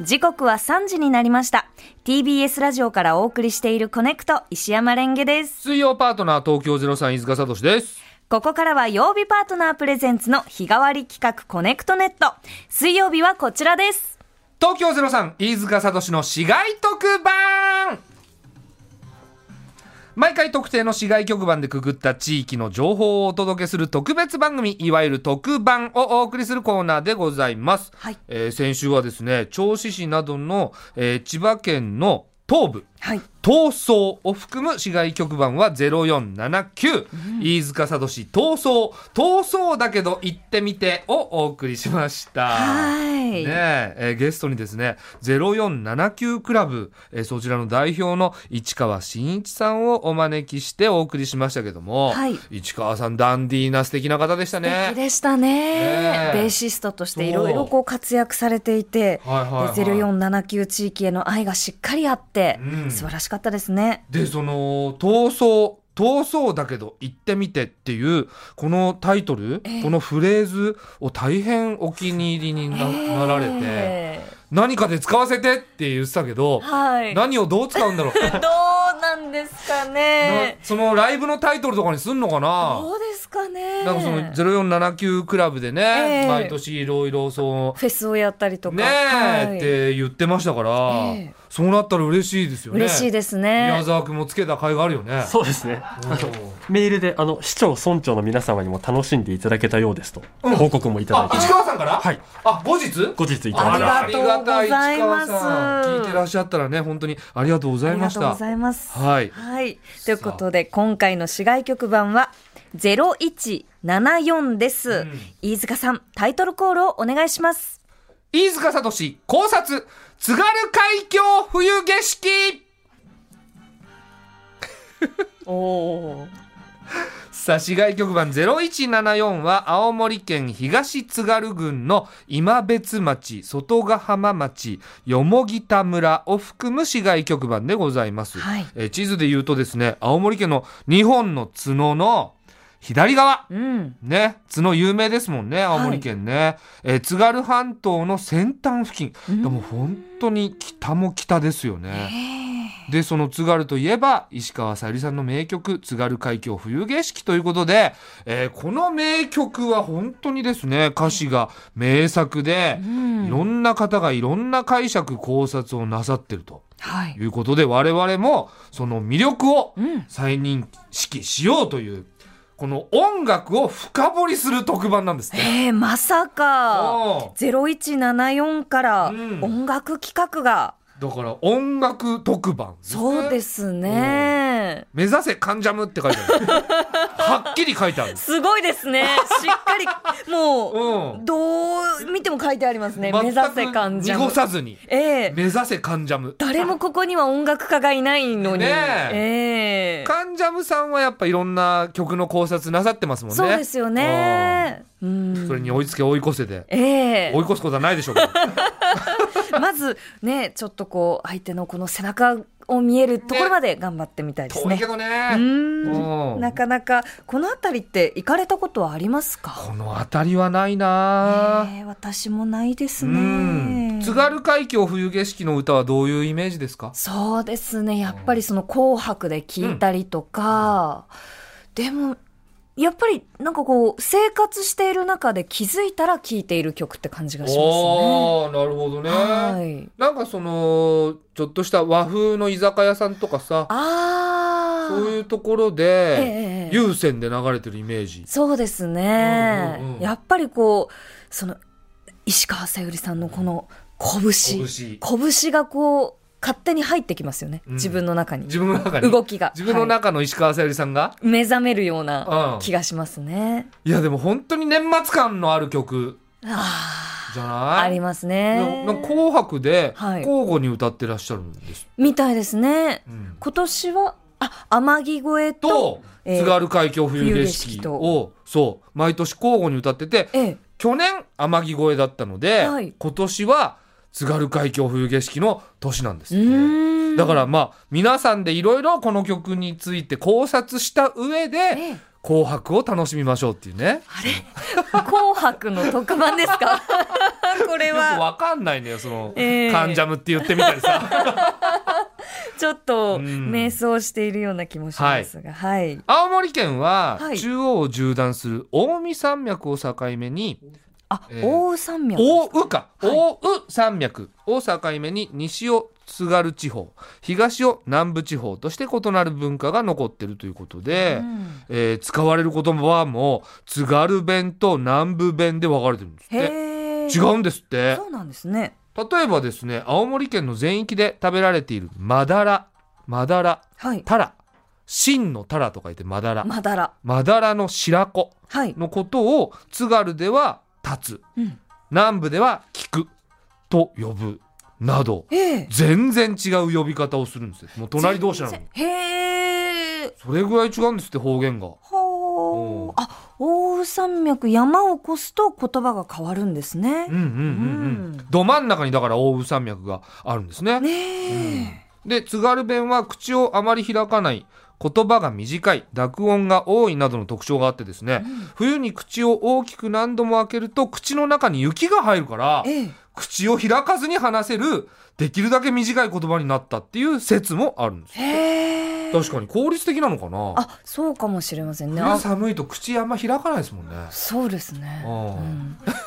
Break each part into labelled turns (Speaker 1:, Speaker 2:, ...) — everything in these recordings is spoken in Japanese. Speaker 1: 時刻は3時になりました TBS ラジオからお送りしているコネクト石山レンゲです
Speaker 2: 水曜パートナー東京03飯塚聡です
Speaker 1: ここからは曜日パートナープレゼンツの日替わり企画コネクトネット水曜日はこちらです
Speaker 2: 東京03飯塚聡の市街特番毎回特定の市街局番でくぐった地域の情報をお届けする特別番組いわゆる特番をお送りするコーナーでございます、
Speaker 1: はい
Speaker 2: えー先週はですね銚子市などの、えー千葉県の東部
Speaker 1: はい
Speaker 2: 闘争を含む市外局番は0479、飯塚聡闘争闘争だけど行ってみてをお送りしました
Speaker 1: はい
Speaker 2: ねええーゲストにですね0479クラブ、えーそちらの代表の市川真一さんをお招きしてお送りしましたけども、
Speaker 1: はい
Speaker 2: 市川さんダンディーな素敵な方でした
Speaker 1: 素
Speaker 2: ね
Speaker 1: 敵でしたね、
Speaker 2: ねえ
Speaker 1: ベーシストとしていろいろこう活躍されていて、
Speaker 2: はいはいはい
Speaker 1: で0479地域への愛がしっかりあって、
Speaker 2: うん
Speaker 1: 素晴らしかったですね
Speaker 2: でその闘争闘争だけど行ってみてっていうこのタイトル、
Speaker 1: ええ
Speaker 2: このフレーズを大変お気に入りにな,、なられて、
Speaker 1: え
Speaker 2: 何かで使わせてって言ってたけど、
Speaker 1: ーはいど
Speaker 2: 何をどう使う んだろう
Speaker 1: うなんですかね
Speaker 2: なそのライブのタイトルとかにすんのかな
Speaker 1: どうですかね
Speaker 2: なんかその0479クラブでね、
Speaker 1: ええ
Speaker 2: 毎年いろいろそ
Speaker 1: フェスをやったりと
Speaker 2: の
Speaker 1: か
Speaker 2: ねえ、
Speaker 1: はい
Speaker 2: って言ってましたから、
Speaker 1: ええ
Speaker 2: そうなったら嬉しいですよね
Speaker 1: 嬉しいですね
Speaker 2: 宮沢君もつけた甲斐があるよね
Speaker 3: そうですね。
Speaker 2: うん
Speaker 3: メールで、あの、市長、村長の皆様にも楽しんでいただけたようですと、報告もいただい
Speaker 2: あ
Speaker 3: て、、
Speaker 2: 市川さんから
Speaker 3: はい。
Speaker 2: あ、後日
Speaker 3: 後日いただ
Speaker 1: あ
Speaker 3: い
Speaker 1: り
Speaker 3: て、
Speaker 1: がとうございます
Speaker 2: ありがた市川さん聞いてらっしゃったらね、本当にありがとうござ
Speaker 1: あ
Speaker 2: い
Speaker 1: り
Speaker 2: ま
Speaker 1: が
Speaker 2: し
Speaker 1: とうご
Speaker 2: た。
Speaker 1: ざいます
Speaker 2: はい。
Speaker 1: はい。ということで、今回の市外局番は、0174です、
Speaker 2: うん
Speaker 1: 飯塚さん、タイトルコールをお願いします。
Speaker 2: 飯塚聡考察、津軽海峡冬景色
Speaker 1: お
Speaker 2: さあ、市街局番0174は青森県東津軽郡の今別町、外ヶ浜町、よもぎ田村を含む市街局番でございます。
Speaker 1: はい
Speaker 2: えー地図で言うとですね、青森県の日本の角の左側。
Speaker 1: うん。
Speaker 2: ね、角有名ですもんね、青森県ね。えー津軽半島の先端付近。
Speaker 1: うん
Speaker 2: でも本当に北も北ですよね。で、その津軽といえば、石川さゆりさんの名曲、津軽海峡冬景色ということで、えーこの名曲は本当にですね、歌詞が名作で、
Speaker 1: うん
Speaker 2: いろんな方がいろんな解釈、考察をなさってると
Speaker 1: はい。
Speaker 2: いうことで、我々もその魅力を
Speaker 1: うん。
Speaker 2: 再認識しようというこの音楽を深掘りする特番なんですね。
Speaker 1: えー、まさか、
Speaker 2: おう
Speaker 1: 0174から
Speaker 2: うん
Speaker 1: 音楽企画が、
Speaker 2: だから音楽特番ですね、
Speaker 1: そうですね。
Speaker 2: 目指せ関ジャムって書いて あるはっきり書いてある
Speaker 1: すごいです ね。しっかり、も
Speaker 2: う
Speaker 1: う、どう見ても書いてありますね。
Speaker 2: ん
Speaker 1: 目指せ感じ
Speaker 2: 全く。濁さずに
Speaker 1: ええ
Speaker 2: 目指せ関ジャム
Speaker 1: 誰もここには音楽家がいないのに。
Speaker 2: ね
Speaker 1: ええ
Speaker 2: 関ジャムさんはやっぱいろんな曲の考察なさってますもんね
Speaker 1: そうですよね。うん
Speaker 2: うんそれに追いつけ追い越せで
Speaker 1: ええ
Speaker 2: 追い越すことはないでしょ うけど
Speaker 1: まずね、ちょっとこう、相手のこの背中を見えるところまで頑張ってみたいです
Speaker 2: 遠い
Speaker 1: ね。
Speaker 2: けどね
Speaker 1: うーん
Speaker 2: うん
Speaker 1: なかなか、この辺りって行かれたことはありますか
Speaker 2: この辺りはないなあ
Speaker 1: ええ私もないです
Speaker 2: うん
Speaker 1: ね。
Speaker 2: 津軽海峡冬景色の歌はどういうイメージですか
Speaker 1: そうですね。やっぱりその紅白で聞いたりとか、でも、やっぱりなんかこう、生活している中で気づいたら聴いている曲って感じがしますね。
Speaker 2: あーなるほどね
Speaker 1: はい。
Speaker 2: なんかそのちょっとした和風の居酒屋さんとかさ
Speaker 1: ああ。
Speaker 2: そう
Speaker 1: う、
Speaker 2: いうところで
Speaker 1: ええ
Speaker 2: 有線で流れてるイメージ
Speaker 1: そうですね、
Speaker 2: うんうんうん
Speaker 1: やっぱりこう、その、石川さゆりさんのこの拳。
Speaker 2: 拳
Speaker 1: 拳がこう、勝手に入ってきますよね。
Speaker 2: うん
Speaker 1: 自分の中に。
Speaker 2: 自分の中に
Speaker 1: 動きが。
Speaker 2: 自分の
Speaker 1: はい
Speaker 2: 中の石川さゆりさんが、
Speaker 1: 目覚めるよう
Speaker 2: う
Speaker 1: なん気がしますね。
Speaker 2: いやでも本当に年末感のある曲
Speaker 1: あ
Speaker 2: じゃ
Speaker 1: あ、
Speaker 2: ない
Speaker 1: あります
Speaker 2: な
Speaker 1: ね。
Speaker 2: なんか紅白で
Speaker 1: はい
Speaker 2: 交互に歌ってらっしゃるんです、
Speaker 1: みたいですね。
Speaker 2: うん
Speaker 1: 今年は、あ、天城越えと、
Speaker 2: と、
Speaker 1: えー
Speaker 2: 津軽海峡冬景
Speaker 1: 冬景色
Speaker 2: 色
Speaker 1: と
Speaker 2: をそう毎年交互に歌ってて
Speaker 1: ええ、
Speaker 2: 去年天城越えだったので、
Speaker 1: はい
Speaker 2: 今年は津軽海峡冬景色の年なんです
Speaker 1: う
Speaker 2: って
Speaker 1: ーん。
Speaker 2: だからまあ皆さんでいろいろこの曲について考察した上で
Speaker 1: ええ、
Speaker 2: 「紅白」を楽しみましょうっていうね
Speaker 1: あれ紅白の特番ですかこれ
Speaker 2: よく
Speaker 1: は
Speaker 2: わかんないのよその、
Speaker 1: ええ
Speaker 2: カンジャムって言ってみた りさ
Speaker 1: ちょっと
Speaker 2: うん
Speaker 1: 迷走しているような気もしますが、はい、
Speaker 2: 青森県は
Speaker 1: はい
Speaker 2: 中央を縦断する近江山脈を境目に
Speaker 1: あ、
Speaker 2: えー
Speaker 1: 大宇山脈
Speaker 2: 大宇か、
Speaker 1: はい
Speaker 2: 大宇山脈を境目に西を津軽地方東を南部地方として異なる文化が残ってるということで、
Speaker 1: うん
Speaker 2: えー使われる言葉はもう津軽弁と南部弁で分かれてるんですって
Speaker 1: へえ
Speaker 2: 違うんですって
Speaker 1: そうなんですね
Speaker 2: 例えばですね青森県の全域で食べられているマダラマダラ
Speaker 1: はい
Speaker 2: タラ真のタラと書いてマダラ
Speaker 1: まだら
Speaker 2: マダラの白子
Speaker 1: はい、
Speaker 2: のことを津軽では立つ
Speaker 1: うん、
Speaker 2: 南部では聞くと呼ぶなど
Speaker 1: ええ
Speaker 2: 全然違う呼び方をするんですよもう隣同士なのに
Speaker 1: へえ
Speaker 2: それぐらい違うんですって方言が
Speaker 1: ほ
Speaker 2: おう
Speaker 1: うあ大宇山脈山を越すと言葉が変わるんですね
Speaker 2: うんうんうんうん
Speaker 1: うん
Speaker 2: ど真ん中にだから大宇山脈があるんですね
Speaker 1: ねえ、
Speaker 2: で津軽弁は口をあまり開かない言葉が短い濁音が多いなどの特徴があってですね、冬に口を大きく何度も開けると口の中に雪が入るから
Speaker 1: ええ
Speaker 2: 口を開かずに話せるできるだけ短い言葉になったっていう説もあるんです
Speaker 1: へえ
Speaker 2: 確かに効率的なのかな
Speaker 1: あそうかもしれませんね
Speaker 2: 冬
Speaker 1: あ
Speaker 2: 寒いと口あんま開かないですもんね
Speaker 1: そうですね、 うん
Speaker 2: う、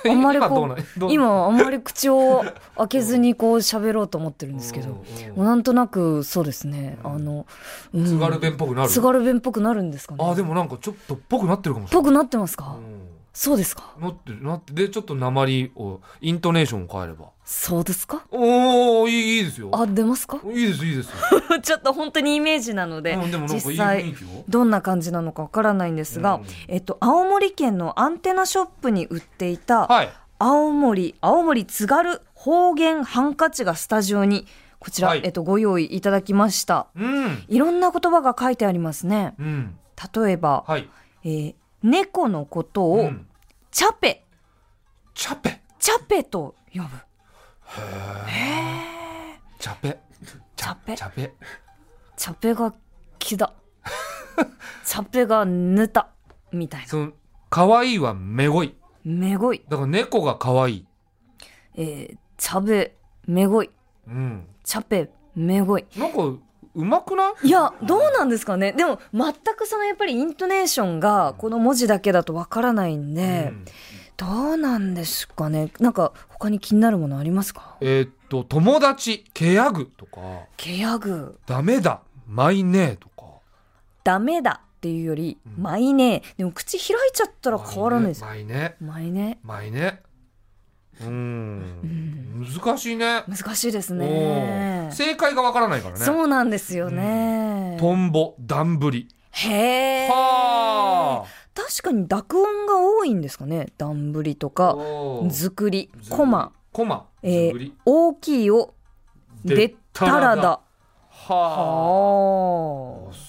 Speaker 2: ん
Speaker 1: あんまり
Speaker 2: 今ど
Speaker 1: こ
Speaker 2: うな
Speaker 1: う
Speaker 2: いどうな
Speaker 1: 今あんまり口を開けずにこう喋ろうと思ってるんですけども
Speaker 2: うん
Speaker 1: うなんとなくそうですねあの、うん
Speaker 2: 津軽弁っぽくなる
Speaker 1: 津軽弁っぽくなるんですかね
Speaker 2: あでもなんかちょっとっぽくなってるかもしれ
Speaker 1: ぽ
Speaker 2: ない
Speaker 1: くなってますか、
Speaker 2: うん
Speaker 1: そうですか
Speaker 2: なってるなってでちょっと鉛をイントネーションを変えれば
Speaker 1: そうですか
Speaker 2: おおいいいいですよ
Speaker 1: あ出ますか
Speaker 2: いいですいいです、
Speaker 1: ちょっと本当にイメージなので
Speaker 2: うん、でもなんかい
Speaker 1: 実
Speaker 2: い
Speaker 1: 際
Speaker 2: 雰囲気よ
Speaker 1: どんな感じなのかわからないんですが、
Speaker 2: うん
Speaker 1: えっと、青森県のアンテナショップに売っていた、
Speaker 2: はい
Speaker 1: 青森、青森津軽方言ハンカチがスタジオに、こちら、
Speaker 2: はい
Speaker 1: えっと、ご用意いただきました。
Speaker 2: うん
Speaker 1: いろんな言葉が書いてありますね。
Speaker 2: うん
Speaker 1: 例えば、
Speaker 2: はい
Speaker 1: えー猫のこと
Speaker 2: う
Speaker 1: を、
Speaker 2: ん
Speaker 1: チャペ、
Speaker 2: チャペ
Speaker 1: チャペと呼ぶ。
Speaker 2: チャペ
Speaker 1: チャペ
Speaker 2: チャペ
Speaker 1: チャペが木 だ。チャペがぬた。みたいな。
Speaker 2: その可愛いはめごい
Speaker 1: めごい。
Speaker 2: だから猫が可愛い
Speaker 1: えー、チャベ、めごい。
Speaker 2: うん
Speaker 1: チャペ、めごい。
Speaker 2: なんかうまくない
Speaker 1: いや、どうなんですかね。でも、全くそのやっぱりイントネーションが、この文字だけだとわからないんで、
Speaker 2: うん
Speaker 1: どうなんですかね。なんか、他に気になるものありますか
Speaker 2: えーっと友達ケヤグとか
Speaker 1: ケヤグ、
Speaker 2: ダメだマイネーとか
Speaker 1: ダメだっていうより、
Speaker 2: うん
Speaker 1: マイネー。でも、口開いちゃったら変わらないです。
Speaker 2: マイネ
Speaker 1: マイネ
Speaker 2: マイネうーん難しいね
Speaker 1: ー。難しいです
Speaker 2: お
Speaker 1: ね
Speaker 2: ー。正解がわからないからね
Speaker 1: そうなんですよね。
Speaker 2: トンボダンブリ
Speaker 1: へえ。
Speaker 2: は
Speaker 1: 確かに濁音が多いんですかね。ダンブリと
Speaker 2: あ
Speaker 1: か、
Speaker 2: おー
Speaker 1: 作り
Speaker 2: ず、
Speaker 1: コマ。
Speaker 2: コマ
Speaker 1: えー
Speaker 2: ずぶり
Speaker 1: 大きいをでったらだ。
Speaker 2: はあ
Speaker 1: はあ。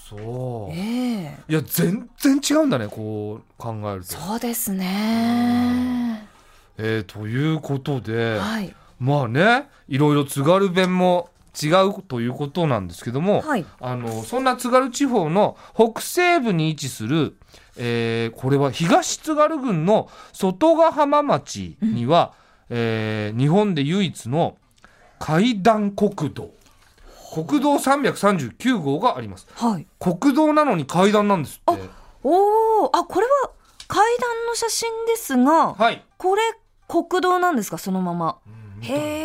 Speaker 2: そう
Speaker 1: ええ
Speaker 2: いや全然違うんだねこう考えると
Speaker 1: そうですね。
Speaker 2: えーということで
Speaker 1: はい。
Speaker 2: まあねいろいろ津軽弁も違うということなんですけども、
Speaker 1: はい。
Speaker 2: あのそんな津軽地方の北西部に位置する、えーこれは東津軽郡の外ヶ浜町には、えー日本で唯一の階段国道国道339号があります
Speaker 1: はい。
Speaker 2: 国道なのに階段なんですって
Speaker 1: おお。あ、これは階段の写真ですが、
Speaker 2: はい、
Speaker 1: これ国道なんですか、そのまま。
Speaker 2: うん
Speaker 1: へ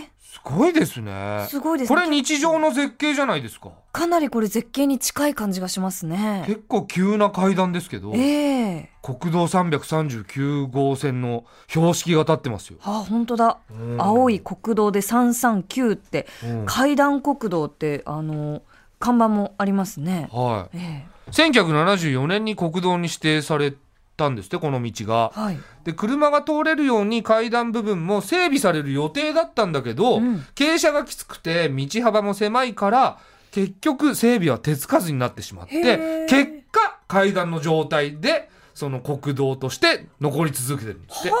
Speaker 1: え。
Speaker 2: すごいですね
Speaker 1: すごいです
Speaker 2: こ
Speaker 1: ね。
Speaker 2: れ日常の絶景じゃないですか
Speaker 1: かなりこれ絶景に近い感じがしますね。
Speaker 2: 結構急な階段ですけど
Speaker 1: ええ
Speaker 2: 国道339号線の標識が立ってますよ、
Speaker 1: あ、本当だ。
Speaker 2: うん
Speaker 1: 青い国道で339って、
Speaker 2: うん
Speaker 1: 階段国道って、あの、看板もありますね。
Speaker 2: は
Speaker 1: ええ
Speaker 2: い、1974年に国道に指定されたんですってこの道が
Speaker 1: はい。
Speaker 2: で車が通れるように階段部分も整備される予定だったんだけど、
Speaker 1: うん
Speaker 2: 傾斜がきつくて道幅も狭いから結局整備は手つかずになってしまっ
Speaker 1: へ
Speaker 2: て
Speaker 1: ー
Speaker 2: 結果階段の状態でその国道として残り続けてるんですって。
Speaker 1: は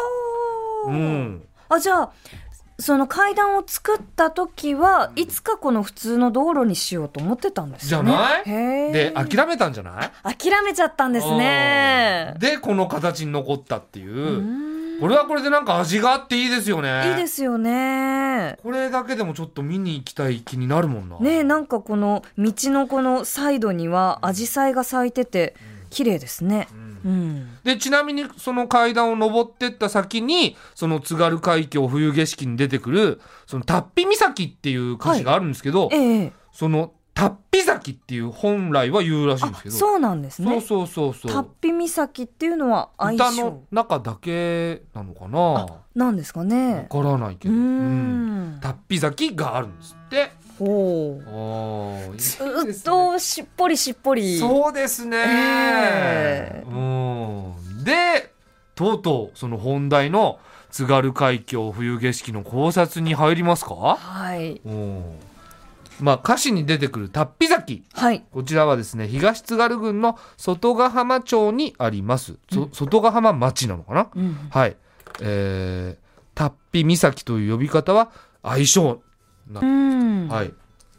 Speaker 1: あ、
Speaker 2: うん、
Speaker 1: あじゃあその階段を作った時はいつかこの普通の道路にしようと思ってたんですよね
Speaker 2: じゃない
Speaker 1: へえ
Speaker 2: で諦めたんじゃない
Speaker 1: 諦めちゃったんですね
Speaker 2: うんでこの形に残ったっていうう。
Speaker 1: ん
Speaker 2: これはこれでなんか味があっていいですよね
Speaker 1: いいですよね。
Speaker 2: これだけでもちょっと見に行きたい気になるもんな
Speaker 1: ねえなんかこの道のこのサイドには紫陽花が咲いてて綺麗ですね。うん。
Speaker 2: でちなみにその階段を登ってった先にその津軽海峡冬景色に出てくる「そのタッピ岬」っていう歌詞があるんですけど、
Speaker 1: ええ。
Speaker 2: その「タッピ岬」っていう本来は言うらしいんで
Speaker 1: あ
Speaker 2: すけど
Speaker 1: そうなんですね。
Speaker 2: そうそうそう
Speaker 1: タ
Speaker 2: そ
Speaker 1: ッ
Speaker 2: う
Speaker 1: ピ岬っていうのは相
Speaker 2: 歌
Speaker 1: 性
Speaker 2: の中だけなのかな
Speaker 1: なんですか
Speaker 2: わ
Speaker 1: ね。
Speaker 2: からないけ
Speaker 1: うー
Speaker 2: ど、うん
Speaker 1: ん。
Speaker 2: タッピ岬があるんですって
Speaker 1: ほう。
Speaker 2: おーいいです
Speaker 1: ず
Speaker 2: ね
Speaker 1: っとしっぽりしっぽり。
Speaker 2: そうですね、
Speaker 1: ええ
Speaker 2: うんでとうとうその本題の津軽海峡冬景色の考察に入りますか、
Speaker 1: はい。
Speaker 2: うんまあ、歌詞に出てくる「タッピ崎
Speaker 1: はい。」
Speaker 2: こちらはですね東津軽郡の外ヶ浜町にあります、そ外ヶ浜町なのかな、
Speaker 1: うん。
Speaker 2: はいえー、タッピ岬という呼び方は相性な
Speaker 1: うん。
Speaker 2: はい、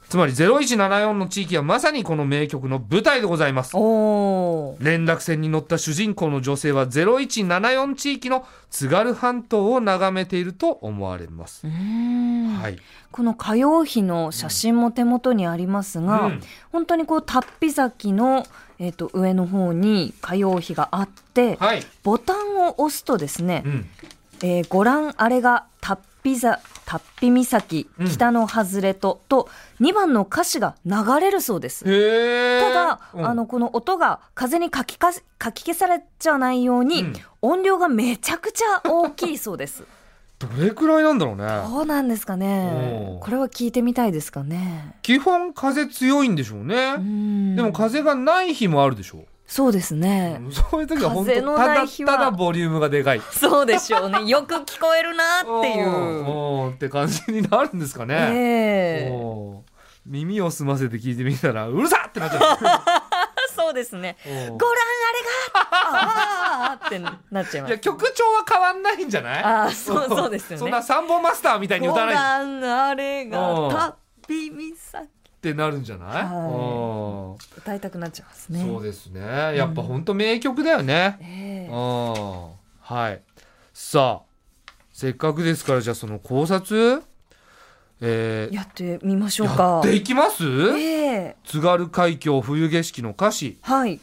Speaker 2: つまり0174の地域はまさにこの名曲の舞台でございます
Speaker 1: おー。
Speaker 2: 連絡船に乗った主人公の女性は0174地域の津軽半島を眺めていると思われます
Speaker 1: う、ん
Speaker 2: はい、
Speaker 1: この火曜日の写真も手元にありますが、
Speaker 2: うん
Speaker 1: 本当にこう達筆崎の、えー、と上の方に火曜日があって、
Speaker 2: はい、
Speaker 1: ボタンを押すとですね
Speaker 2: う、ん、
Speaker 1: えーご覧あれが達筆ざ達筆岬
Speaker 2: うん
Speaker 1: 北の外れと、と2番の歌詞が流れるそうです。
Speaker 2: へえ
Speaker 1: ただ、あのこの音が風にかきかかき消されちゃわないように、
Speaker 2: うん
Speaker 1: 音量がめちゃくちゃ大きいそう です。
Speaker 2: どれくらいなんだろうね
Speaker 1: どうなんですかね
Speaker 2: お。ー
Speaker 1: これは聞いてみたいですかね。
Speaker 2: 基本風強いんでしょうね、
Speaker 1: で
Speaker 2: でも風がない日もあるでしょう、
Speaker 1: そうですね。
Speaker 2: そういう時は本当
Speaker 1: 風
Speaker 2: た
Speaker 1: のない
Speaker 2: だ
Speaker 1: 日
Speaker 2: た
Speaker 1: は
Speaker 2: だボリュームがでかい
Speaker 1: そうでしょう ね。よく聞こえるなってい
Speaker 2: おー
Speaker 1: う。
Speaker 2: おーって感じになるんですかね、
Speaker 1: ええ
Speaker 2: おー耳を澄ませて聞いてみたらうるさってなっち ゃ
Speaker 1: そうですね。
Speaker 2: う
Speaker 1: ご覧あれがあーってなっちゃいます
Speaker 2: いや。曲調は変わんないんじゃない
Speaker 1: あーそうそうですよね
Speaker 2: そんな三本マスターみたいに
Speaker 1: ご
Speaker 2: 歌わないっ
Speaker 1: 覧あれ
Speaker 2: お
Speaker 1: が
Speaker 2: ー
Speaker 1: 旅岬。
Speaker 2: てなるんじゃない、
Speaker 1: い
Speaker 2: うん
Speaker 1: 歌いたくなっちゃいますね。
Speaker 2: そうですねやっぱほんと名曲だよね、
Speaker 1: ええ
Speaker 2: うんはいさあせっかくですからじゃあその考察えー
Speaker 1: やってみましょう
Speaker 2: や
Speaker 1: か
Speaker 2: っ。ていきます
Speaker 1: ええ
Speaker 2: 津軽海峡冬景色の歌詞
Speaker 1: はい。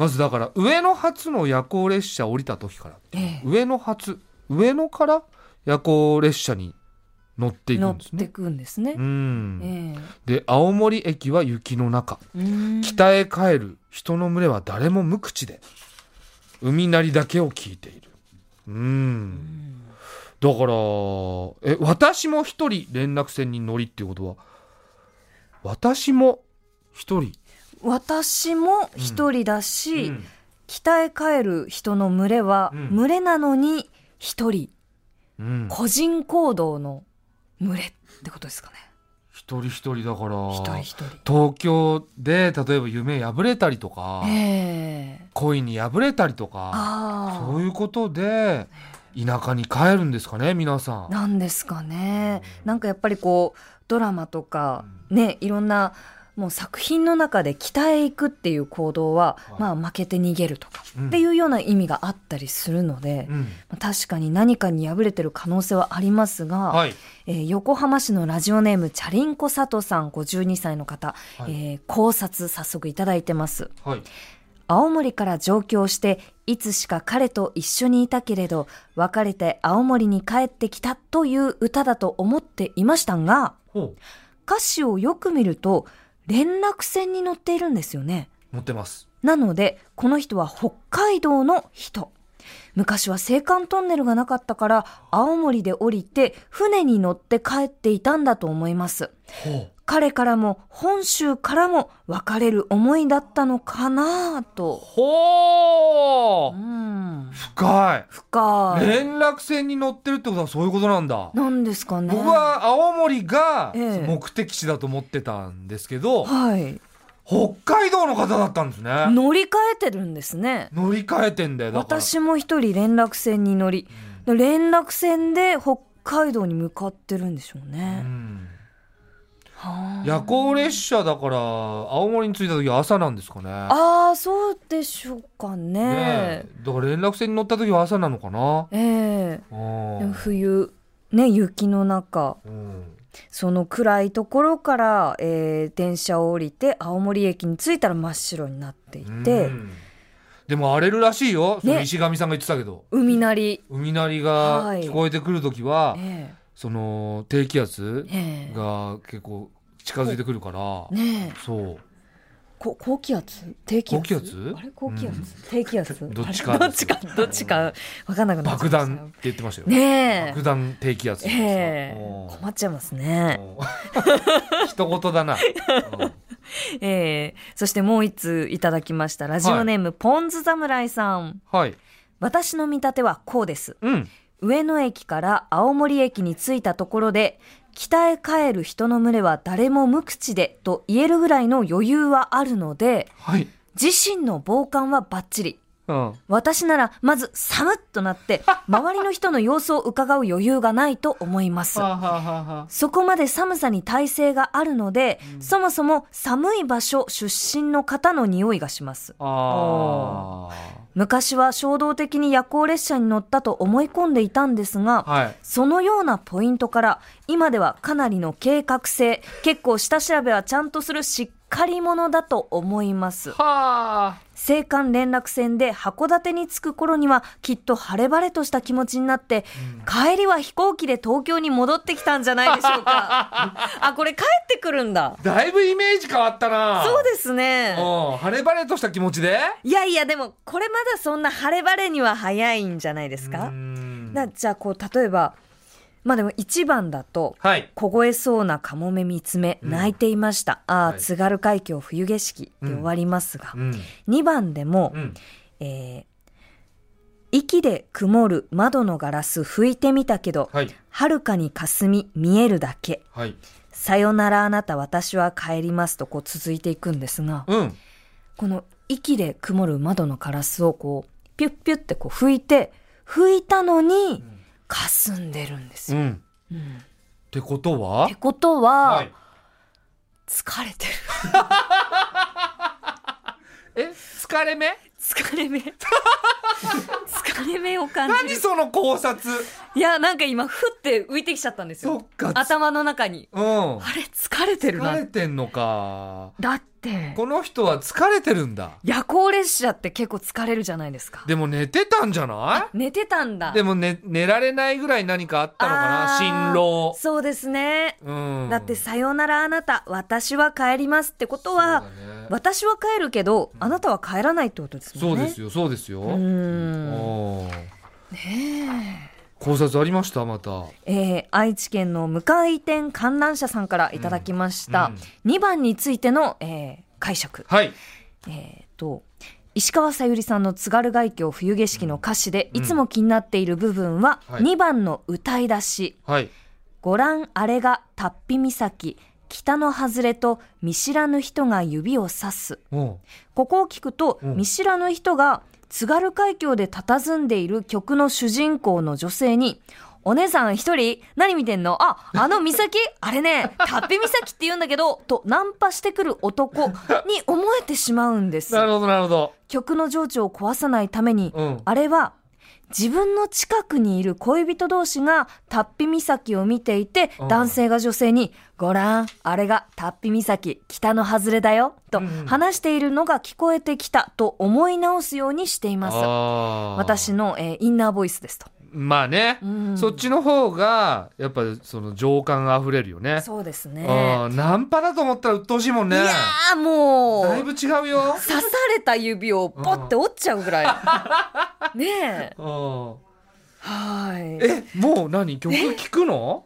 Speaker 2: まずだから上野発の夜行列車降りた時から、
Speaker 1: ええ
Speaker 2: 上野発上野から夜行列車に乗っていく
Speaker 1: 乗
Speaker 2: ん
Speaker 1: っ
Speaker 2: です
Speaker 1: て
Speaker 2: ね。
Speaker 1: くんですね
Speaker 2: う。ん
Speaker 1: え
Speaker 2: で青森駅は雪の中
Speaker 1: えうん
Speaker 2: 北へ帰る人の群れは誰も無口で海鳴りだけを聞いている。うんだからえ私も一人連絡船に乗りっていうことは私も一人、
Speaker 1: 私も一人だし、
Speaker 2: うん
Speaker 1: 北へ帰る人の群れは、
Speaker 2: うん
Speaker 1: 群れなのに一人
Speaker 2: うん、
Speaker 1: 個人行動の群れってことですかね
Speaker 2: 一人一人だから
Speaker 1: 一人一人
Speaker 2: 東京で例えば夢破れたりとか、
Speaker 1: ええ
Speaker 2: 恋に破れたりとか
Speaker 1: あ
Speaker 2: そういうことで田舎に帰るんですかね皆さ
Speaker 1: あ
Speaker 2: ん。
Speaker 1: なんですかねなんかやっぱりこうドラマとか
Speaker 2: う
Speaker 1: ねいろんなもう作品の中で北へ行くっていう行動は、
Speaker 2: はい
Speaker 1: まあ負けて逃げるとか
Speaker 2: うん
Speaker 1: っていうような意味があったりするので、
Speaker 2: うん
Speaker 1: まあ確かに何かに敗れてる可能性はありますが、
Speaker 2: はい、
Speaker 1: えー横浜市のラジオネームチャリンコ佐藤さん52歳の方、
Speaker 2: はい
Speaker 1: えー考察早速いただいてます
Speaker 2: はい、
Speaker 1: 青森から上京していつしか彼と一緒にいたけれど別れて青森に帰ってきたという歌だと思っていましたが
Speaker 2: ほう
Speaker 1: 歌詞をよく見ると連絡船に乗っているんですよね
Speaker 2: 持ってます。
Speaker 1: なのでこの人は北海道の人昔は青函トンネルがなかったから青森で降りて船に乗って帰っていたんだと思います
Speaker 2: ほ
Speaker 1: 彼からも本州からも別れる思いだったのかなぁ
Speaker 2: う
Speaker 1: と。
Speaker 2: ほ
Speaker 1: う。
Speaker 2: うん深
Speaker 1: 深
Speaker 2: い
Speaker 1: い。
Speaker 2: 連絡船に乗ってるってことはそういうことなんだ。
Speaker 1: なんですかね。
Speaker 2: 僕は青森が
Speaker 1: ええ
Speaker 2: 目的地だと思ってたんですけど、
Speaker 1: はい。
Speaker 2: 北海道の方だったんですね。
Speaker 1: 乗り換えてるんですね。
Speaker 2: 乗り換えてんだよだから。
Speaker 1: 私も一人連絡船に乗り、連絡船で北海道に向かってるんでしょう
Speaker 2: う
Speaker 1: ね。
Speaker 2: ん
Speaker 1: はあ
Speaker 2: 夜行列車だから青森に着いた時は朝なんですかね
Speaker 1: ああそうでしょうかね
Speaker 2: ねえだから連絡船に乗った時は朝なのかな
Speaker 1: ええ
Speaker 2: うん
Speaker 1: でも冬ね雪の中
Speaker 2: うん
Speaker 1: その暗いところから、えー電車を降りて青森駅に着いたら真っ白になっていて、
Speaker 2: うんでも荒れるらしいよ、その
Speaker 1: ね
Speaker 2: 石上さんが言ってたけど
Speaker 1: 海なり、
Speaker 2: 海鳴り
Speaker 1: は
Speaker 2: が
Speaker 1: い
Speaker 2: 聞こえてくる時は、
Speaker 1: え
Speaker 2: その低気圧
Speaker 1: えええ
Speaker 2: が結構近づいてくるから、
Speaker 1: ねえ
Speaker 2: そう
Speaker 1: こ高気圧低気圧
Speaker 2: 高気圧
Speaker 1: あれ高気圧、低気圧
Speaker 2: どっちか
Speaker 1: あれどっちかどっちか分かんなくなっちゃ
Speaker 2: 爆
Speaker 1: いました
Speaker 2: 弾って言ってましたよ、
Speaker 1: ね
Speaker 2: 爆弾低気圧
Speaker 1: え
Speaker 2: とかさ
Speaker 1: ええ
Speaker 2: うん
Speaker 1: 困っちゃいますね
Speaker 2: うん 一言だな、うん
Speaker 1: ええそしてもう一通いただきましたラジオネーム、ポンズ侍さん
Speaker 2: はい
Speaker 1: 私の見立てはこうです
Speaker 2: うん
Speaker 1: 上野駅から青森駅に着いたところで北へ帰る人の群れは誰も無口でと言えるぐらいの余裕はあるので
Speaker 2: はい、
Speaker 1: 自身の傍観はバッチリ
Speaker 2: うん、
Speaker 1: 私ならまず寒っとな って周りの人の様子を伺う余裕がないと思います
Speaker 2: はあはあはあはあ
Speaker 1: そこまで寒さに耐性があるので、そもそも寒い場所出身の方の匂いがします
Speaker 2: あ
Speaker 1: 昔は衝動的に夜行列車に乗ったと思い込んでいたんですが、
Speaker 2: ーはい
Speaker 1: そのようなポイントから今ではかなりの計画性結構下調べはちゃんとするしっかり者だと思います
Speaker 2: はあ
Speaker 1: 青函連絡船で函館に着く頃にはきっと晴れ晴れとした気持ちになって、帰りは飛行機で東京に戻ってきたんじゃないでしょ うかあこれ帰ってくるんだ
Speaker 2: だいぶイメージ変わったな
Speaker 1: そうですね
Speaker 2: うん晴れ晴れとした気持ちで
Speaker 1: いやいやでもこれまだそんな晴れ晴れには早いんじゃないですか、
Speaker 2: うん
Speaker 1: なじゃあこう例えばまあでも1番だと、
Speaker 2: はい
Speaker 1: 凍えそうなカモメ見つめ、
Speaker 2: うん
Speaker 1: 泣いていました。ああ、
Speaker 2: はい
Speaker 1: 津軽海峡冬景色で終わりますが、
Speaker 2: うん
Speaker 1: 2番でも、
Speaker 2: うん
Speaker 1: えー息で曇る窓のガラス拭いてみたけど、
Speaker 2: はい
Speaker 1: はるかに霞み見えるだけ。
Speaker 2: はい
Speaker 1: さよならあなた私は帰りますとこう続いていくんですが、
Speaker 2: うん
Speaker 1: この息で曇る窓のガラスをこう、ピュッピュッってこう拭いて、拭いたのに、霞んでるんです
Speaker 2: う
Speaker 1: よ。
Speaker 2: んってことは
Speaker 1: ってことは、
Speaker 2: はい
Speaker 1: 疲れてる。
Speaker 2: え疲れ目
Speaker 1: 疲 れ目疲れ目を感
Speaker 2: 何
Speaker 1: じる
Speaker 2: その考察
Speaker 1: いやなんか今ふって浮いてきちゃったんです
Speaker 2: そ
Speaker 1: よ
Speaker 2: っか
Speaker 1: 頭の中に
Speaker 2: うん
Speaker 1: あれ疲れてる
Speaker 2: 疲
Speaker 1: な
Speaker 2: れてんのか
Speaker 1: だって
Speaker 2: この人は疲れてるんだ
Speaker 1: 夜行列車って結構疲れるじゃないですか
Speaker 2: でも寝てたんじゃな
Speaker 1: 寝てたんだ
Speaker 2: いでも、ね、寝られないぐらい何かあったの
Speaker 1: あ
Speaker 2: か
Speaker 1: ー
Speaker 2: な辛労
Speaker 1: そうですね、
Speaker 2: うん
Speaker 1: だって「さよならあなた私は帰ります」ってことは、
Speaker 2: そうだね
Speaker 1: 私は帰るけどあなたは帰らないってことです
Speaker 2: そ
Speaker 1: も
Speaker 2: うん
Speaker 1: ね
Speaker 2: ですよそうですよ
Speaker 1: うーん
Speaker 2: おー考察ありましたまた
Speaker 1: えー愛知県の無回転観覧車さんからいただきました、
Speaker 2: うんうん
Speaker 1: 2番についての、えー解釈、
Speaker 2: はい
Speaker 1: えー、と石川さゆりさんの「津軽海峡冬景色」の歌詞で、
Speaker 2: うん
Speaker 1: いつも気になっている部分は、
Speaker 2: はい
Speaker 1: 2番の歌い出し
Speaker 2: はい
Speaker 1: 「ご覧あれが達比岬北の外れと見知らぬ人が指をさす」
Speaker 2: うん
Speaker 1: ここを聞くと、
Speaker 2: うん
Speaker 1: 見知らぬ人が津軽海峡で佇んでいる曲の主人公の女性に、お姉さん一人何見てんのあ、あの 岬あれね、タッペ岬って言うんだけど、とナンパしてくる男に思えてしまうんです
Speaker 2: な。るほどなるほど
Speaker 1: 曲の情緒を壊さないために、
Speaker 2: うん
Speaker 1: あれは、自分の近くにいる恋人同士がタッピ岬を見ていて、
Speaker 2: うん
Speaker 1: 男性が女性に、ごらん、あれがタッピ岬、北の外れだよ、と
Speaker 2: うんうん
Speaker 1: 話しているのが聞こえてきたと思い直すようにしています。
Speaker 2: あー
Speaker 1: 私の、えーインナーボイスですと。
Speaker 2: まあね、
Speaker 1: うん
Speaker 2: そっちの方がやっぱその情感あふれるよね
Speaker 1: そうですね。
Speaker 2: あーナンパだと思ったら鬱陶しいもん
Speaker 1: い
Speaker 2: ね
Speaker 1: やーもう、
Speaker 2: だいぶ違うよ
Speaker 1: 刺された指をポッて折っちゃうぐらい。 ねえ。
Speaker 2: うん
Speaker 1: はい。
Speaker 2: えもう何曲聴くの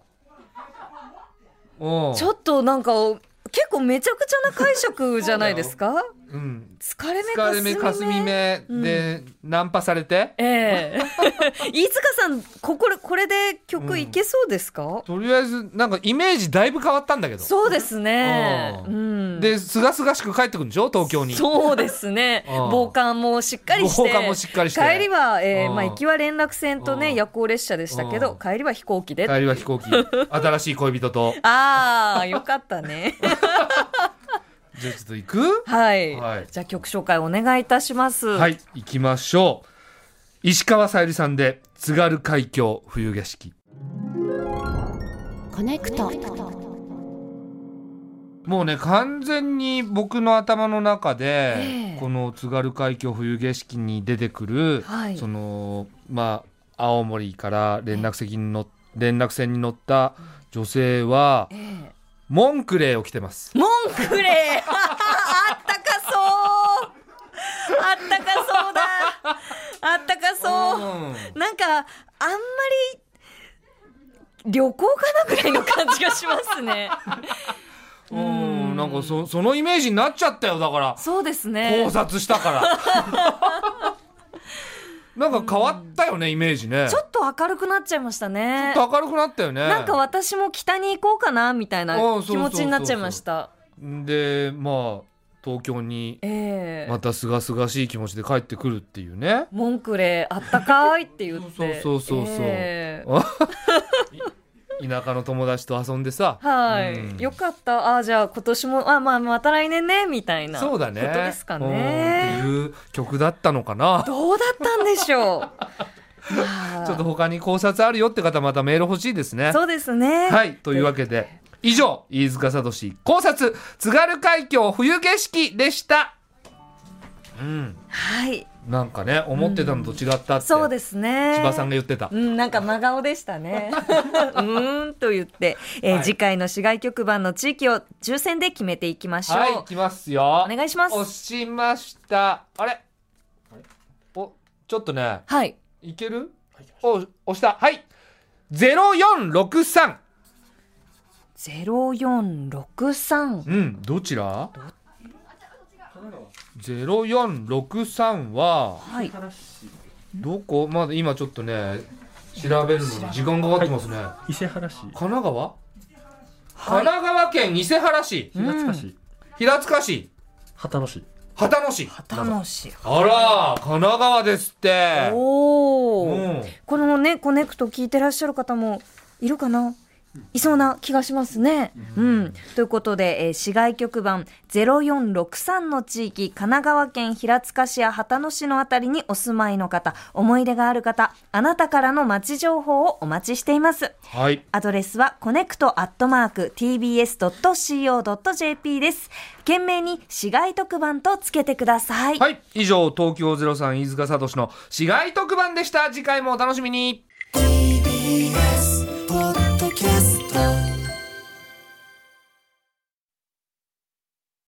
Speaker 2: うん
Speaker 1: ちょっとなんか結構めちゃくちゃな解釈じゃないですか
Speaker 2: うん、
Speaker 1: 疲れ目かす
Speaker 2: 疲れ
Speaker 1: み目
Speaker 2: 目かすみ目で、ナンパされて
Speaker 1: ええ飯塚さんこここれで曲いけそうですか、
Speaker 2: とりあえずなんかイメージだいぶ変わったんだけど
Speaker 1: そうですね
Speaker 2: う
Speaker 1: うん
Speaker 2: ですがすがしく帰ってくるんでしょ東京に
Speaker 1: そうですね
Speaker 2: うん
Speaker 1: 防寒もしっかりして
Speaker 2: 防寒もしっかりして
Speaker 1: 帰りは、えー
Speaker 2: うん
Speaker 1: まあ、行きは連絡船とね
Speaker 2: うん
Speaker 1: 夜行列車でしたけ
Speaker 2: う
Speaker 1: ど
Speaker 2: ん
Speaker 1: 帰りは飛行機で
Speaker 2: 帰りは飛 行機新しい恋人と
Speaker 1: ああよかった ね
Speaker 2: じゃあちょっと行く
Speaker 1: はい、
Speaker 2: はい
Speaker 1: じゃあ曲紹介お願いいたします、
Speaker 2: はいい行きましょう石川さゆりさんで「津軽海峡冬景色
Speaker 4: コネクト」
Speaker 2: もうね完全に僕の頭の中で、
Speaker 1: ええ
Speaker 2: この津軽海峡冬景色に出てくる、
Speaker 1: はい
Speaker 2: そのまあ青森から連絡席に乗っ連絡船に乗った女性は
Speaker 1: えー
Speaker 2: モンクレーを着てます
Speaker 1: モンク レーあったかそうあったかそうだあったかそう
Speaker 2: う
Speaker 1: なんかあんまり旅行かなぐらいの感じがしますね
Speaker 2: ん、うん、なんかそそのイメージになっちゃったよだか ら
Speaker 1: そうです
Speaker 2: 考
Speaker 1: ね
Speaker 2: 察したから なんか変わったよねイメージね
Speaker 1: ちょっと明るくなっちゃいましたね
Speaker 2: ちょっと明るくなったよね
Speaker 1: なんか私も北に行こうかなみたいな
Speaker 2: うんそうそ
Speaker 1: 気
Speaker 2: う
Speaker 1: 持ちになっちゃいました
Speaker 2: でまあ東京に
Speaker 1: ええ
Speaker 2: またすがすがしい気持ちで帰ってくるっていうね
Speaker 1: モンクレーあったかいって言って
Speaker 2: そうそうそうそう
Speaker 1: ええ
Speaker 2: 田舎の友達と遊んでさ
Speaker 1: はい、
Speaker 2: うん
Speaker 1: よかったあじゃあ今年もあまあまた来年ねみたいな
Speaker 2: そうだね
Speaker 1: ことですか
Speaker 2: う
Speaker 1: ね
Speaker 2: んっていう曲だったのかな
Speaker 1: どうだったんでし ょうまあ
Speaker 2: ちょっと他に考察あるよって方またメール欲しいですね
Speaker 1: そうですね
Speaker 2: はいというわけで以上飯塚聡考察津軽海峡冬景色でしたうん
Speaker 1: はい
Speaker 2: なんかね思ってたのと違ったって
Speaker 1: そう
Speaker 2: 千
Speaker 1: ですね
Speaker 2: 葉さんが言ってた
Speaker 1: うん、なんか真顔でした ね。うーんと言って、えー
Speaker 2: はい
Speaker 1: 次回の市外局番の地域を抽選で決めていきましょう。
Speaker 2: はい、行きますよ。
Speaker 1: お願いします
Speaker 2: 押しました。あれ。お、ちょっとね、
Speaker 1: はい。
Speaker 2: いける。お、押した。はい。ゼロ四六三。
Speaker 1: ゼロ四六三。
Speaker 2: うん、どちら。ゼロ四六三は
Speaker 1: はい。
Speaker 2: どこ、まだ今ちょっとね。調べるのに時間かかってますね。
Speaker 3: 伊勢原市
Speaker 2: 神奈川。神奈川県伊勢原市、
Speaker 3: 平塚市
Speaker 2: 平塚市、
Speaker 3: 旗野市
Speaker 2: 旗野市。
Speaker 1: 楽しい。
Speaker 2: あら、神奈川ですって。
Speaker 1: おお、
Speaker 2: うん
Speaker 1: このね、コネクト聞いてらっしゃる方もいるかな。いそうな気がしますね。うん。ということで、えー市外局番0463の地域、神奈川県平塚市や旗野市のあたりにお住まいの方、思い出がある方、あなたからの街情報をお待ちしています。
Speaker 2: はい。
Speaker 1: アドレスはコネクトアットマーク tbs.co.jp です。懸命に市外特番とつけてください。
Speaker 2: はい。以上、東京03飯塚聡の市街特番でした。次回もお楽しみに。
Speaker 5: TBS